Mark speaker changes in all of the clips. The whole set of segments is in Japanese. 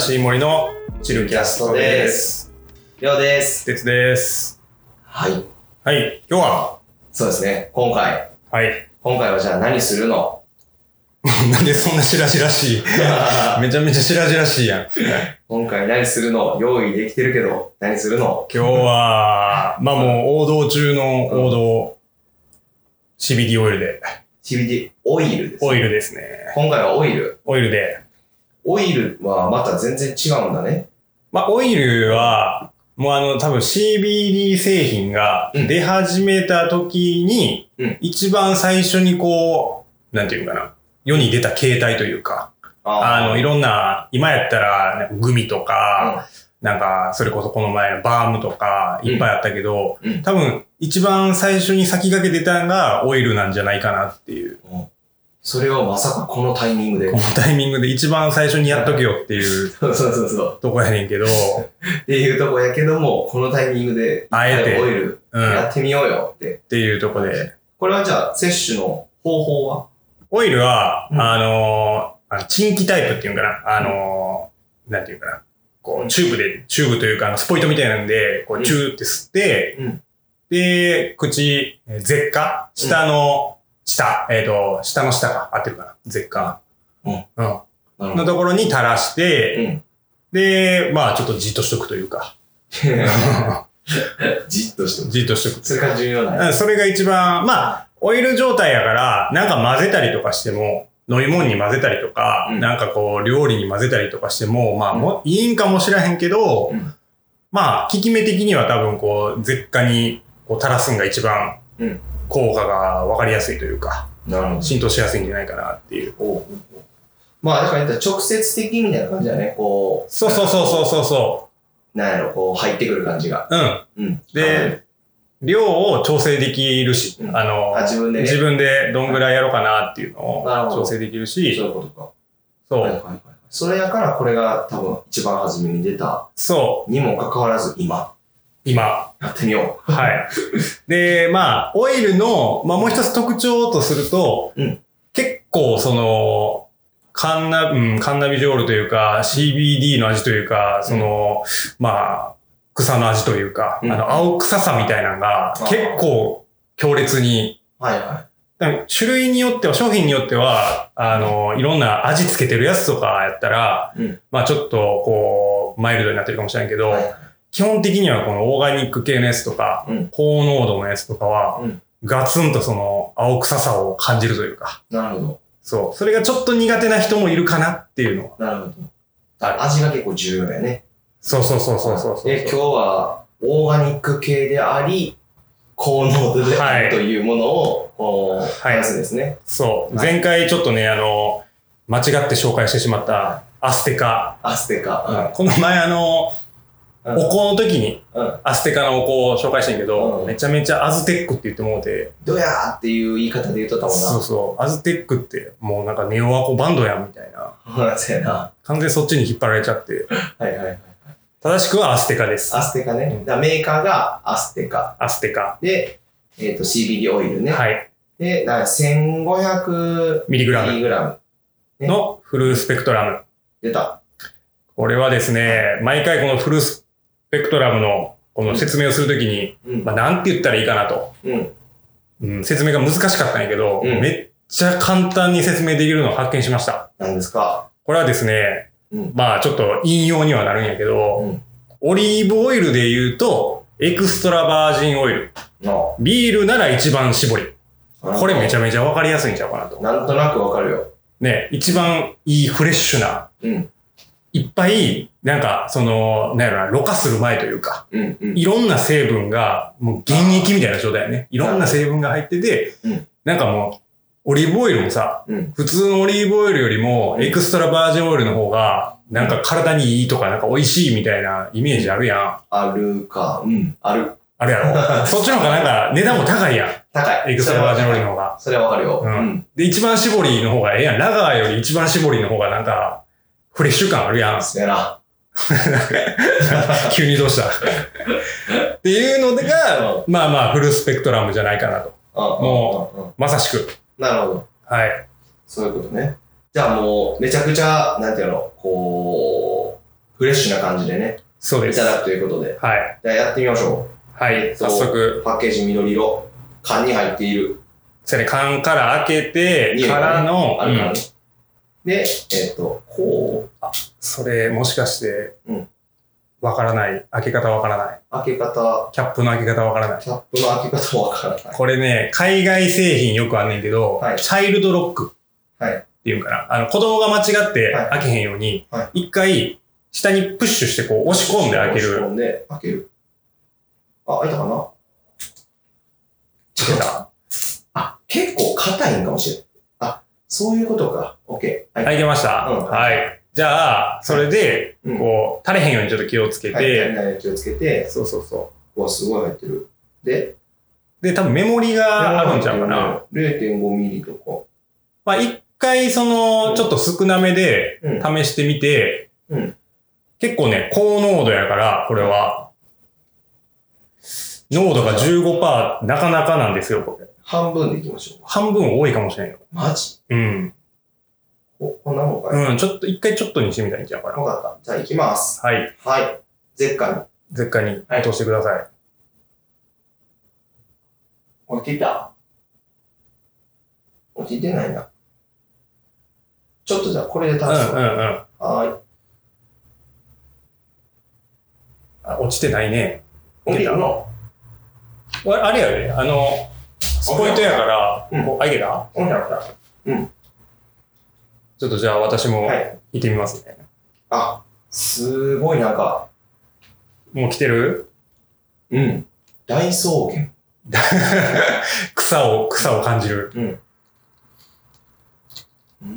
Speaker 1: しい森のチルキ
Speaker 2: キャ
Speaker 1: ャ
Speaker 2: ス
Speaker 1: ス
Speaker 2: ト
Speaker 1: ト
Speaker 2: で
Speaker 1: です。
Speaker 2: す。りょうです。
Speaker 1: 鉄です。
Speaker 2: はい。
Speaker 1: はい、今日は、
Speaker 2: そうですね。今回。
Speaker 1: はい。
Speaker 2: 今回はじゃあ何する の
Speaker 1: なんでそんなしらしらしいめちゃめちゃしらしらしい やん。
Speaker 2: 今回何するの用意できてるけど、何するの
Speaker 1: 今日は、まあもう王道中の王道、CBD オイルで。
Speaker 2: ?CBD オイルです。
Speaker 1: オイルですね。
Speaker 2: 今回はオイル。
Speaker 1: オイルで。
Speaker 2: オイルはまた全然違うんだね。
Speaker 1: まあオイルは、もうあの多分 CBD 製品が
Speaker 2: うん
Speaker 1: 出始めた時に、
Speaker 2: うん
Speaker 1: 一番最初にこう、なんていうのかな。世に出た形態というか、あの、い
Speaker 2: ろ
Speaker 1: ろんな、今やったら、なんかグミとか、
Speaker 2: あ
Speaker 1: なんか、それこそこの前のバームとか、いっぱいあったけど、
Speaker 2: うんうん
Speaker 1: 多分、一番最初に先駆け出たのがオイルなんじゃないかなっていう。
Speaker 2: ーうんそれをまさかこのタイミングで
Speaker 1: こ。のタイミングで一番最初にやっとけよっていう
Speaker 2: そうそうそうそう。
Speaker 1: とこやねんけ ど、
Speaker 2: っていうとこやけども、このタイミングで、
Speaker 1: あえて
Speaker 2: オイル
Speaker 1: うん、っ
Speaker 2: やってみようよって。
Speaker 1: ていうとこで。
Speaker 2: これはじゃあ、摂取の方法は
Speaker 1: オイルは、
Speaker 2: うん
Speaker 1: あのー、あのチンキタイプっていうんかな、あのー、なんていうかな、こう、チューブで、チューブというか、あのスポイトみたいなんで、こ
Speaker 2: う
Speaker 1: う、
Speaker 2: ん
Speaker 1: チューって吸って、
Speaker 2: うん
Speaker 1: で、口、えー舌下下の、下、えっ、と、下の下か、合ってるかな舌下。
Speaker 2: うん。
Speaker 1: うん。
Speaker 2: なる
Speaker 1: の
Speaker 2: ほど。
Speaker 1: ところに垂らして、
Speaker 2: うん。
Speaker 1: で、まあ、ちょっとじっとしとくというか。
Speaker 2: じっとして
Speaker 1: じっとしとくというか
Speaker 2: それが重要なんや
Speaker 1: うんそれが一番、まあ、オイル状態やから、なんか混ぜたりとかしても、飲み物に混ぜたりとか、
Speaker 2: うん
Speaker 1: なんかこう、料理に混ぜたりとかしても、まあ、
Speaker 2: うん
Speaker 1: もういいんかもしらへんけど、
Speaker 2: うん
Speaker 1: まあ、効き目的には多分こう、舌下にこう垂らすんが一番
Speaker 2: うん、
Speaker 1: 効果が分かりやすいというか、
Speaker 2: なるほ
Speaker 1: 浸透しやすいんじゃないかなっていう。
Speaker 2: ど。おうおうおうまあ、だから言ったら直接的みたいな感じだね。こう。
Speaker 1: そうそうそうそうそうそ
Speaker 2: なんやろ、こう入ってくる感じが。
Speaker 1: う。うん。
Speaker 2: うん。
Speaker 1: で、量を調整できるし、
Speaker 2: うん
Speaker 1: あの、
Speaker 2: あ自分でね
Speaker 1: 自分でどんぐらいやろうかなっていうのを
Speaker 2: なるほど
Speaker 1: 調整できる
Speaker 2: そうい
Speaker 1: し、
Speaker 2: うことか。
Speaker 1: そ
Speaker 2: はいは
Speaker 1: う、
Speaker 2: いはい。それやから、これが多分一番初めに出た
Speaker 1: そう、
Speaker 2: にもかかわらず、今、
Speaker 1: 今。
Speaker 2: やってみよう。
Speaker 1: はい。で、まあ、オイルの、まあもう一つ特徴とすると、
Speaker 2: うん
Speaker 1: 結構その、カンナ、うん、カンナビジョールというか、CBD の味というか、その、まあ、草の味というか、
Speaker 2: うん
Speaker 1: あの、青臭さみたいなのが
Speaker 2: ー
Speaker 1: 結構強烈に
Speaker 2: はいは
Speaker 1: だから種類によっては、商品によっては、あの、いろんな味付けてるやつとかやったら、
Speaker 2: うん
Speaker 1: まあちょっと、こう、マイルドになってるかもしれないけど、
Speaker 2: い。はい
Speaker 1: 基本的にはこのオーガニック系のやつとか、
Speaker 2: うん
Speaker 1: 高濃度のやつとかは、
Speaker 2: うん
Speaker 1: ガツンとその、青臭さを感じるというか、
Speaker 2: なるほど。
Speaker 1: そう。それがちょっと苦手な人もいるかなっていうのは。
Speaker 2: なるほど。あ味が結構重要やね。
Speaker 1: そうそうそうそうそうそう。
Speaker 2: で、今日は、オーガニック系であり、高濃度であ
Speaker 1: はい
Speaker 2: るというものを、こう、
Speaker 1: はい
Speaker 2: 話すんですね。
Speaker 1: そう。
Speaker 2: はい
Speaker 1: 前回ちょっとね、あの、間違って紹介してしまった、アステカ。
Speaker 2: アステカ。
Speaker 1: この前あの、
Speaker 2: うん
Speaker 1: お香の時に、
Speaker 2: うん。
Speaker 1: アステカの子を紹介してんけど、
Speaker 2: うん
Speaker 1: めちゃめちゃアズテックって言ってもうて、
Speaker 2: どやーっていう言い方で言うとったもんな。
Speaker 1: そうそう、アズテックってもうなんかネオアコバンドやんみたいな、
Speaker 2: そう。そうやな。
Speaker 1: 完全にそっちに引っ張られちゃって、
Speaker 2: はいはいはい。
Speaker 1: 正しくはアステカです。
Speaker 2: アステカね。
Speaker 1: うん
Speaker 2: だからメーカーがアステカ。
Speaker 1: アステカ。
Speaker 2: で、えっ、と、CBD オイルね。
Speaker 1: はい。
Speaker 2: で、だから1500
Speaker 1: ミリグラム
Speaker 2: ミリグラム。ね
Speaker 1: のフルスペクトラム。
Speaker 2: 出た。
Speaker 1: これはですね、毎回このフルスペクトラムのこの説明をするときに、
Speaker 2: うん。
Speaker 1: まあなんて言ったらいいかなと、
Speaker 2: うん。
Speaker 1: うん、説明が難しかったんやけど、
Speaker 2: うん
Speaker 1: めっちゃ簡単に説明できるのを発見しました。
Speaker 2: なんですか。
Speaker 1: これはですね、
Speaker 2: うん
Speaker 1: まあちょっと引用にはなるんやけど、
Speaker 2: うん
Speaker 1: オリーブオイルで言うと、エクストラバージンオイル。
Speaker 2: の。
Speaker 1: ビールなら一番絞り。これめち
Speaker 2: ゃ
Speaker 1: ゃめちゃわかりやすいんちゃうかなと。
Speaker 2: なんとなくわかるよ。
Speaker 1: ね、一番いいフレッシュな、
Speaker 2: うん。
Speaker 1: いっぱい、なんか、その、なんやろな、ろ過する前というか、
Speaker 2: うん。うん。
Speaker 1: いろんな成分が、もう原液みたいな状態やね。いろんな成分が入ってて、
Speaker 2: うん
Speaker 1: なんかもう、オリーブオイルもさ、
Speaker 2: うん。
Speaker 1: 普通のオリーブオイルよりもエクストラバージンオイルの方がなんか体にいいとかなんか美味しいみたいなイメージあるやん。
Speaker 2: あるか。うん。ある。
Speaker 1: あるや ろそっちの方がなんか値段も高いやん。
Speaker 2: 高い。
Speaker 1: エクストラバージンオイルの方が。
Speaker 2: それはわかるよ。
Speaker 1: う
Speaker 2: うんん。
Speaker 1: で、一番搾りの方がええやん。ラガーより一番搾りの方がなんかフレッシュ感ある やん。
Speaker 2: そうやな。
Speaker 1: 急にどうしたっていうのが、まあまあフルスペクトラムじゃないかなと。も
Speaker 2: うん。うん。うん
Speaker 1: まさしく。
Speaker 2: なるほど。
Speaker 1: はい。
Speaker 2: そういうことね。じゃあもう、めちゃくちゃ、なんていうの、こう、フレッシュな感じでね、
Speaker 1: そうで
Speaker 2: い
Speaker 1: す。
Speaker 2: た
Speaker 1: は
Speaker 2: だくということで。
Speaker 1: い。
Speaker 2: じゃあやってみましょ
Speaker 1: は
Speaker 2: え
Speaker 1: い。
Speaker 2: っと
Speaker 1: 早速。
Speaker 2: う。パッケージ緑色。缶に入っている。
Speaker 1: そうね、缶から開けて
Speaker 2: 匂、い
Speaker 1: か
Speaker 2: がね
Speaker 1: らの、
Speaker 2: あるから
Speaker 1: うん
Speaker 2: ね。で、えっと、こう、
Speaker 1: それ、もしかして
Speaker 2: うん、
Speaker 1: わからない。開け方わからない。
Speaker 2: 開け方、
Speaker 1: キャップの開け方わからない。
Speaker 2: キャップの開け方わからない。
Speaker 1: これね、海外製品よくあんねんけど、
Speaker 2: はい
Speaker 1: チャイルドロック
Speaker 2: はい
Speaker 1: っていうんかな。あの、子供が間違って
Speaker 2: はい
Speaker 1: 開けへんように、
Speaker 2: は
Speaker 1: 一回、下にプッシュしてこう押し込んで開け
Speaker 2: 押し
Speaker 1: る。
Speaker 2: 込んで開ける。あ、開いたかな
Speaker 1: 開けた。
Speaker 2: あ、結構硬いんかもしれん。あ、そういうことか。オッケー。はい。
Speaker 1: 開けました。
Speaker 2: うん
Speaker 1: はい。じゃあ、それで、
Speaker 2: うん
Speaker 1: こう、垂れへんようにちょっと気をつけ
Speaker 2: はい、
Speaker 1: て、
Speaker 2: はい気をつけて。
Speaker 1: そうそうそう
Speaker 2: わ、すごい入ってる。で、
Speaker 1: う。で、多分メモリがあるんちゃうかな。
Speaker 2: 0.5ミリとか。
Speaker 1: まあ、一回、その、ちょっと少なめで
Speaker 2: うん
Speaker 1: 試してみて、
Speaker 2: うん
Speaker 1: 結構ね、高濃度やから、これは。濃度が15%、なかなかなんですよ、これ。
Speaker 2: 半分でいきましょ
Speaker 1: 半分多いかもしれんよ。
Speaker 2: う。マジ
Speaker 1: うん。
Speaker 2: ここんなもんかい
Speaker 1: うん、ちょっと、一回ちょっとにしてみたいんちゃうか
Speaker 2: わかった。じゃあ行きます。
Speaker 1: な。はい。
Speaker 2: はい。絶対に。
Speaker 1: 絶対に落としてください。
Speaker 2: 落ちた落ちてないな。ちょっとじゃあこれで試すわ。
Speaker 1: うんうんうん。
Speaker 2: はーい。
Speaker 1: あ落ちてないね。
Speaker 2: 降りるの
Speaker 1: ああれやね、あの、スポイトやから、
Speaker 2: うん
Speaker 1: こう、あげた
Speaker 2: 降りなかっ
Speaker 1: ちょっとじゃあ私
Speaker 2: た。
Speaker 1: も
Speaker 2: はい。
Speaker 1: 行ってみますね。
Speaker 2: あ、すごいなんか、
Speaker 1: もう来てる
Speaker 2: うん。大草原。
Speaker 1: 草を、草を感じる。
Speaker 2: うー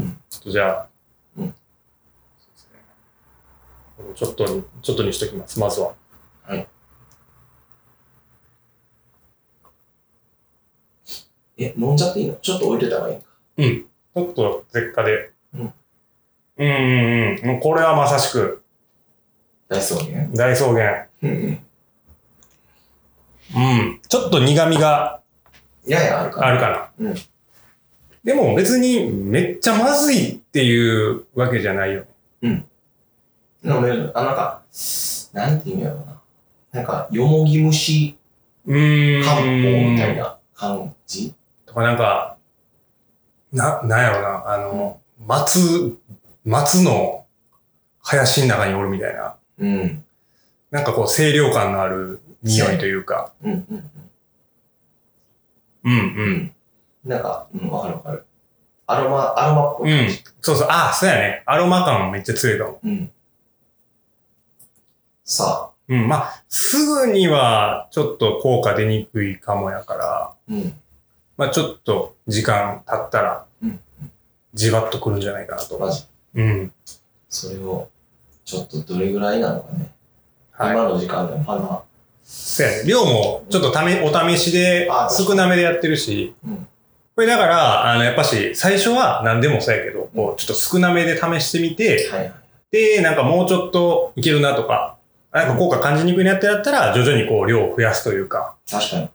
Speaker 2: ん。
Speaker 1: ちょっとじゃあ。
Speaker 2: うん
Speaker 1: そうですねちょっとに、ちょっとにしときます、まずは。
Speaker 2: え、飲んじゃっていいのちょっと置いてた方がいいのか。
Speaker 1: ちょっと、舌下で。
Speaker 2: うん
Speaker 1: うんうんうん。もうこれはまさしく、
Speaker 2: 大草原。
Speaker 1: 大草原。
Speaker 2: うんうん。
Speaker 1: うん。ちょっと苦味が
Speaker 2: ややあるから。
Speaker 1: あるかな。
Speaker 2: うん
Speaker 1: でも別に、めっちゃまずいっていうわけじゃないよ。
Speaker 2: 飲める。あ、なんか、なんて意味やろうな。なんか、よもぎ蒸し
Speaker 1: うーん。
Speaker 2: 漢方みたいな感じ
Speaker 1: とかなんか、な、なんやろな、あの、松、松の林の中におるみたいな。
Speaker 2: うん。
Speaker 1: なんかこう清涼感のある匂いというか。
Speaker 2: うんうんうん。
Speaker 1: うんうん。
Speaker 2: なんか、うん、わかるわかる。アロマ、アロマっぽい感じ。
Speaker 1: そうそう、ああ、そうやね。アロマ感めっちゃ強いかも。
Speaker 2: うん。さあ、
Speaker 1: うん、まあ、すぐにはちょっと効果出にくいかもやから、
Speaker 2: うん。
Speaker 1: まあちょっと時間経ったら
Speaker 2: うん、
Speaker 1: じわっとくるんじゃないかなと。
Speaker 2: マジ。
Speaker 1: うん。
Speaker 2: それを、ちょっとどれぐらいなのかね。
Speaker 1: はい。
Speaker 2: 今の時間でもまだ、
Speaker 1: そうやね。量もちょっとため、お試しで
Speaker 2: あ確かに
Speaker 1: 少なめでやってるし、
Speaker 2: うん
Speaker 1: これだから、あの、やっぱし、最初は何でもそうやけど、
Speaker 2: うん
Speaker 1: こう、ちょっと少なめで試してみて、
Speaker 2: はいはい。
Speaker 1: で、なんかもうちょっといけるなとか、なんか効果感じにくいなってなったら、徐々にこう量を増やすというか、
Speaker 2: 確かに。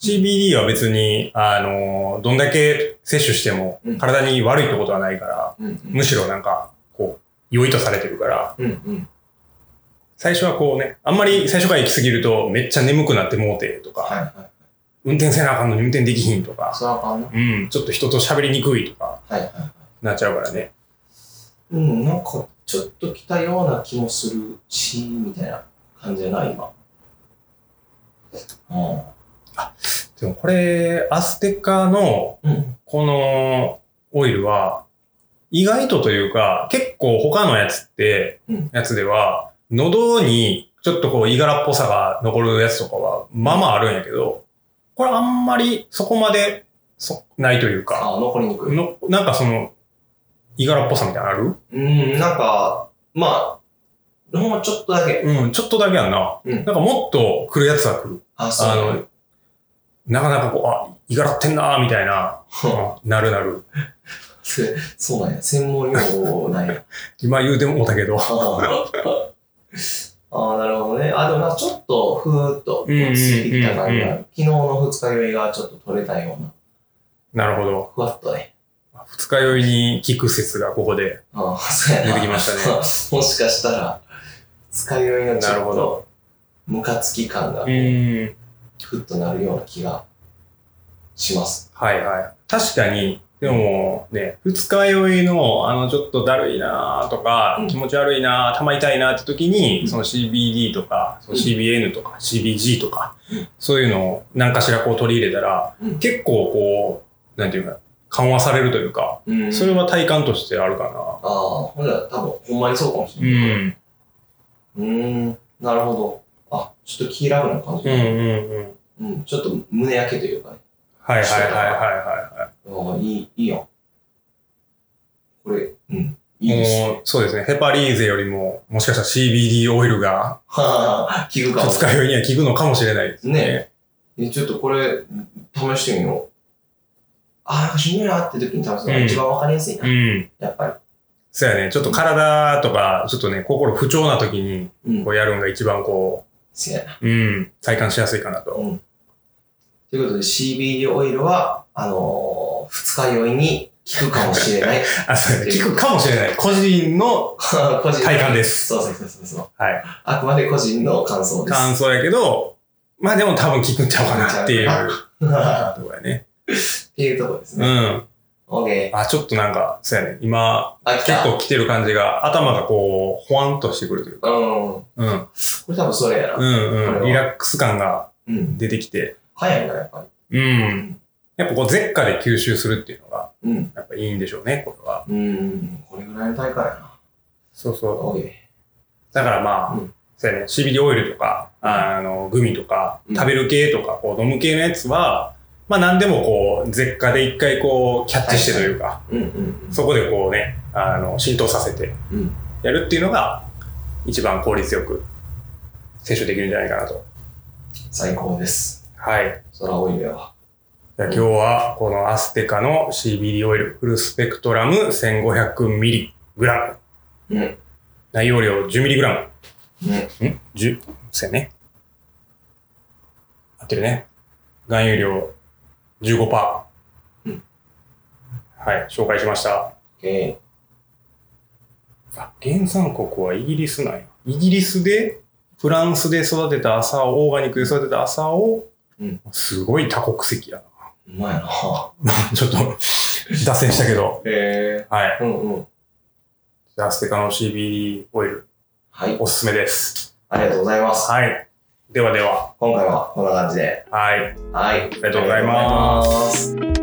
Speaker 1: CBD は別に、あの、どんだけ摂取しても
Speaker 2: うん
Speaker 1: 体に悪いってことはないから、
Speaker 2: うん、うん。
Speaker 1: むしろなんか、こう、良いとされてるから、
Speaker 2: うんうん。
Speaker 1: 最初はこうね、あんまり最初から行き過ぎると、めっちゃ眠くなってもうてと
Speaker 2: は
Speaker 1: か、
Speaker 2: いはい。
Speaker 1: 運転せなあかんのに運転できひんと
Speaker 2: あ、
Speaker 1: か、
Speaker 2: それはあかんな。
Speaker 1: うん、ちょっと人と喋りにくいとか、
Speaker 2: はいはいはい。
Speaker 1: なっちゃうからね。
Speaker 2: うん、なんか、ちょっと来たような気もするし、みたいな感じじゃない今。う
Speaker 1: でもこれ、アステカの
Speaker 2: ん。うん。
Speaker 1: このオイルは、意外とというか、結構他のやつって
Speaker 2: うん、
Speaker 1: やつでは、喉にちょっとこう、いがらっぽさが残るやつとかは、まあまああるんやけど、これあんまりそこまで、そ、ないというか、
Speaker 2: あ、残りにくい。
Speaker 1: の、なんかその、いがらっぽさみたいなのある
Speaker 2: うん、なんか、まあ、ほんまちょっとだけ。
Speaker 1: うん、ちょっとだけやんな。
Speaker 2: うん
Speaker 1: なんかもっと来るやつは来る。
Speaker 2: あ、そう。
Speaker 1: あの、なかなかこう、あ、いがらってんなーみたい な、なるなる。
Speaker 2: せ そうなんや。専門用語なんや。
Speaker 1: 今言うてもうたけど。
Speaker 2: ああ、なるほどね。あ、でもなんかちょっと、ふーっと、
Speaker 1: うんうんうんうん
Speaker 2: 落ち着いてきた感じがある昨日の二日酔いがちょっと取れたような。
Speaker 1: なるほど。
Speaker 2: ふわっとね。
Speaker 1: 二日酔いに効く説がここで
Speaker 2: ああ、そうや
Speaker 1: 出
Speaker 2: な。
Speaker 1: てきましたね。
Speaker 2: もしかしたら、使いよいのち
Speaker 1: なる
Speaker 2: ょ
Speaker 1: ほ
Speaker 2: っと
Speaker 1: ど。
Speaker 2: ムカつき感が
Speaker 1: うん。
Speaker 2: ふっとなるような気がします。
Speaker 1: はいはい。確かに、でもね、二日酔いの、あの、ちょっとだるいなとか、
Speaker 2: うん
Speaker 1: 気持ち悪いな頭痛いなって時に、
Speaker 2: うん
Speaker 1: その CBD とか、その
Speaker 2: うん
Speaker 1: CBN とか、CBG とか、
Speaker 2: うん
Speaker 1: そういうのを何かしらこう取り入れたら、
Speaker 2: うん
Speaker 1: 結構こう、なんていうか、緩和されるというか、
Speaker 2: うん
Speaker 1: それは体感としてあるか
Speaker 2: ああ、ほんなら多分ほんまにそうかもし
Speaker 1: な。
Speaker 2: れない。
Speaker 1: ん。
Speaker 2: うーん、なるほど。あ、ちょっと気楽な感じ
Speaker 1: うんう。んうん。
Speaker 2: うん、ちょっと胸焼けというかね。
Speaker 1: はいはいはいはいは
Speaker 2: ああ、いい、いいやん。これ、うん、
Speaker 1: い。
Speaker 2: いい です。
Speaker 1: もう、そうですね。ヘパリーゼよりも、もしかしたら CBD オイルが、
Speaker 2: はは、聞くかも
Speaker 1: 二日酔いには効くのかもしれないですね。
Speaker 2: え、ちょっとこれ、試してみよう。あー、なんかしんどいなって時に試すのが
Speaker 1: うん
Speaker 2: 一番わかりやすいな、
Speaker 1: うん。
Speaker 2: やっぱ
Speaker 1: そうやね。ちょっと体とか、ちょっとね、心不調な時に、
Speaker 2: り。うん
Speaker 1: こ。うやるんが一番こ
Speaker 2: せやな。
Speaker 1: う、うん、体感しやすいかなと。
Speaker 2: ということで CBD オイルは、あのー、二日酔いに効くかもしれない。
Speaker 1: あ、そうやね。効くかもしれない。個人の
Speaker 2: 個 人の
Speaker 1: 体感です
Speaker 2: そうそうそうそうそう。
Speaker 1: はい。
Speaker 2: あくまで個人の感想です。
Speaker 1: 感想やけど、まあでも多分効くんちゃうかなっていう ところやね。
Speaker 2: っていうところです
Speaker 1: う
Speaker 2: ね。
Speaker 1: ん。
Speaker 2: オーケ
Speaker 1: あ、ちょっとなんか、そうやね。今、
Speaker 2: ー。あ、来
Speaker 1: 結
Speaker 2: た。
Speaker 1: 構来てる感じが、頭がこう、ほわんとしてくるというか。
Speaker 2: うん。こ
Speaker 1: うん。
Speaker 2: れ多分それやな。
Speaker 1: うん
Speaker 2: これ
Speaker 1: うん。
Speaker 2: は
Speaker 1: リラックス感が
Speaker 2: うん。
Speaker 1: 出てきて、
Speaker 2: 早いな、やっぱ
Speaker 1: う
Speaker 2: り。
Speaker 1: ん。やっぱこう、舌下で吸収するっていうのが、
Speaker 2: うん。
Speaker 1: やっぱいいんでしょうね、これは。
Speaker 2: うん。これぐらいの大会やな。
Speaker 1: そうそう。
Speaker 2: オーケ
Speaker 1: だからまあ、
Speaker 2: うん
Speaker 1: そうやね、CBD オイルとか、あの、グミとか、
Speaker 2: うん
Speaker 1: 食べる系とか、こう、飲む系のやつは、まあ何でもこう、舌下で一回こう、キャッチしてというか、
Speaker 2: ー。うんうん
Speaker 1: そこでこうね、あの、浸透させて
Speaker 2: うん。うん。
Speaker 1: やるっていうのが、一番効率よく摂取できるんじゃないかなと。
Speaker 2: 最高です。
Speaker 1: はい。
Speaker 2: そらオイルやわ。
Speaker 1: じゃあ今日はこのアステカの CBD オイルフルスペクトラム 1500mg。
Speaker 2: うん。うん。
Speaker 1: 内容量 10mg。ん ?10? そうやね。合ってるね。含有量15%。
Speaker 2: うん
Speaker 1: はい、紹介しました。
Speaker 2: オッケ
Speaker 1: あ、原産国はイギリスなんや。イギリスで、フランスで育てた朝を、オーガニックで育てた朝を、
Speaker 2: うん
Speaker 1: すごい多国籍や
Speaker 2: ー。うまいな。
Speaker 1: な。 ちょっと、脱線したけど。
Speaker 2: へ
Speaker 1: はい。
Speaker 2: え。うんうん。
Speaker 1: じゃあ、アステカの CBD オイル、
Speaker 2: はい。
Speaker 1: おすすめです。
Speaker 2: ありがとうございます。
Speaker 1: はい。ではでは。
Speaker 2: 今回はこんな感じで。
Speaker 1: はい。
Speaker 2: はい。あり
Speaker 1: がとうございます
Speaker 2: がとうございます。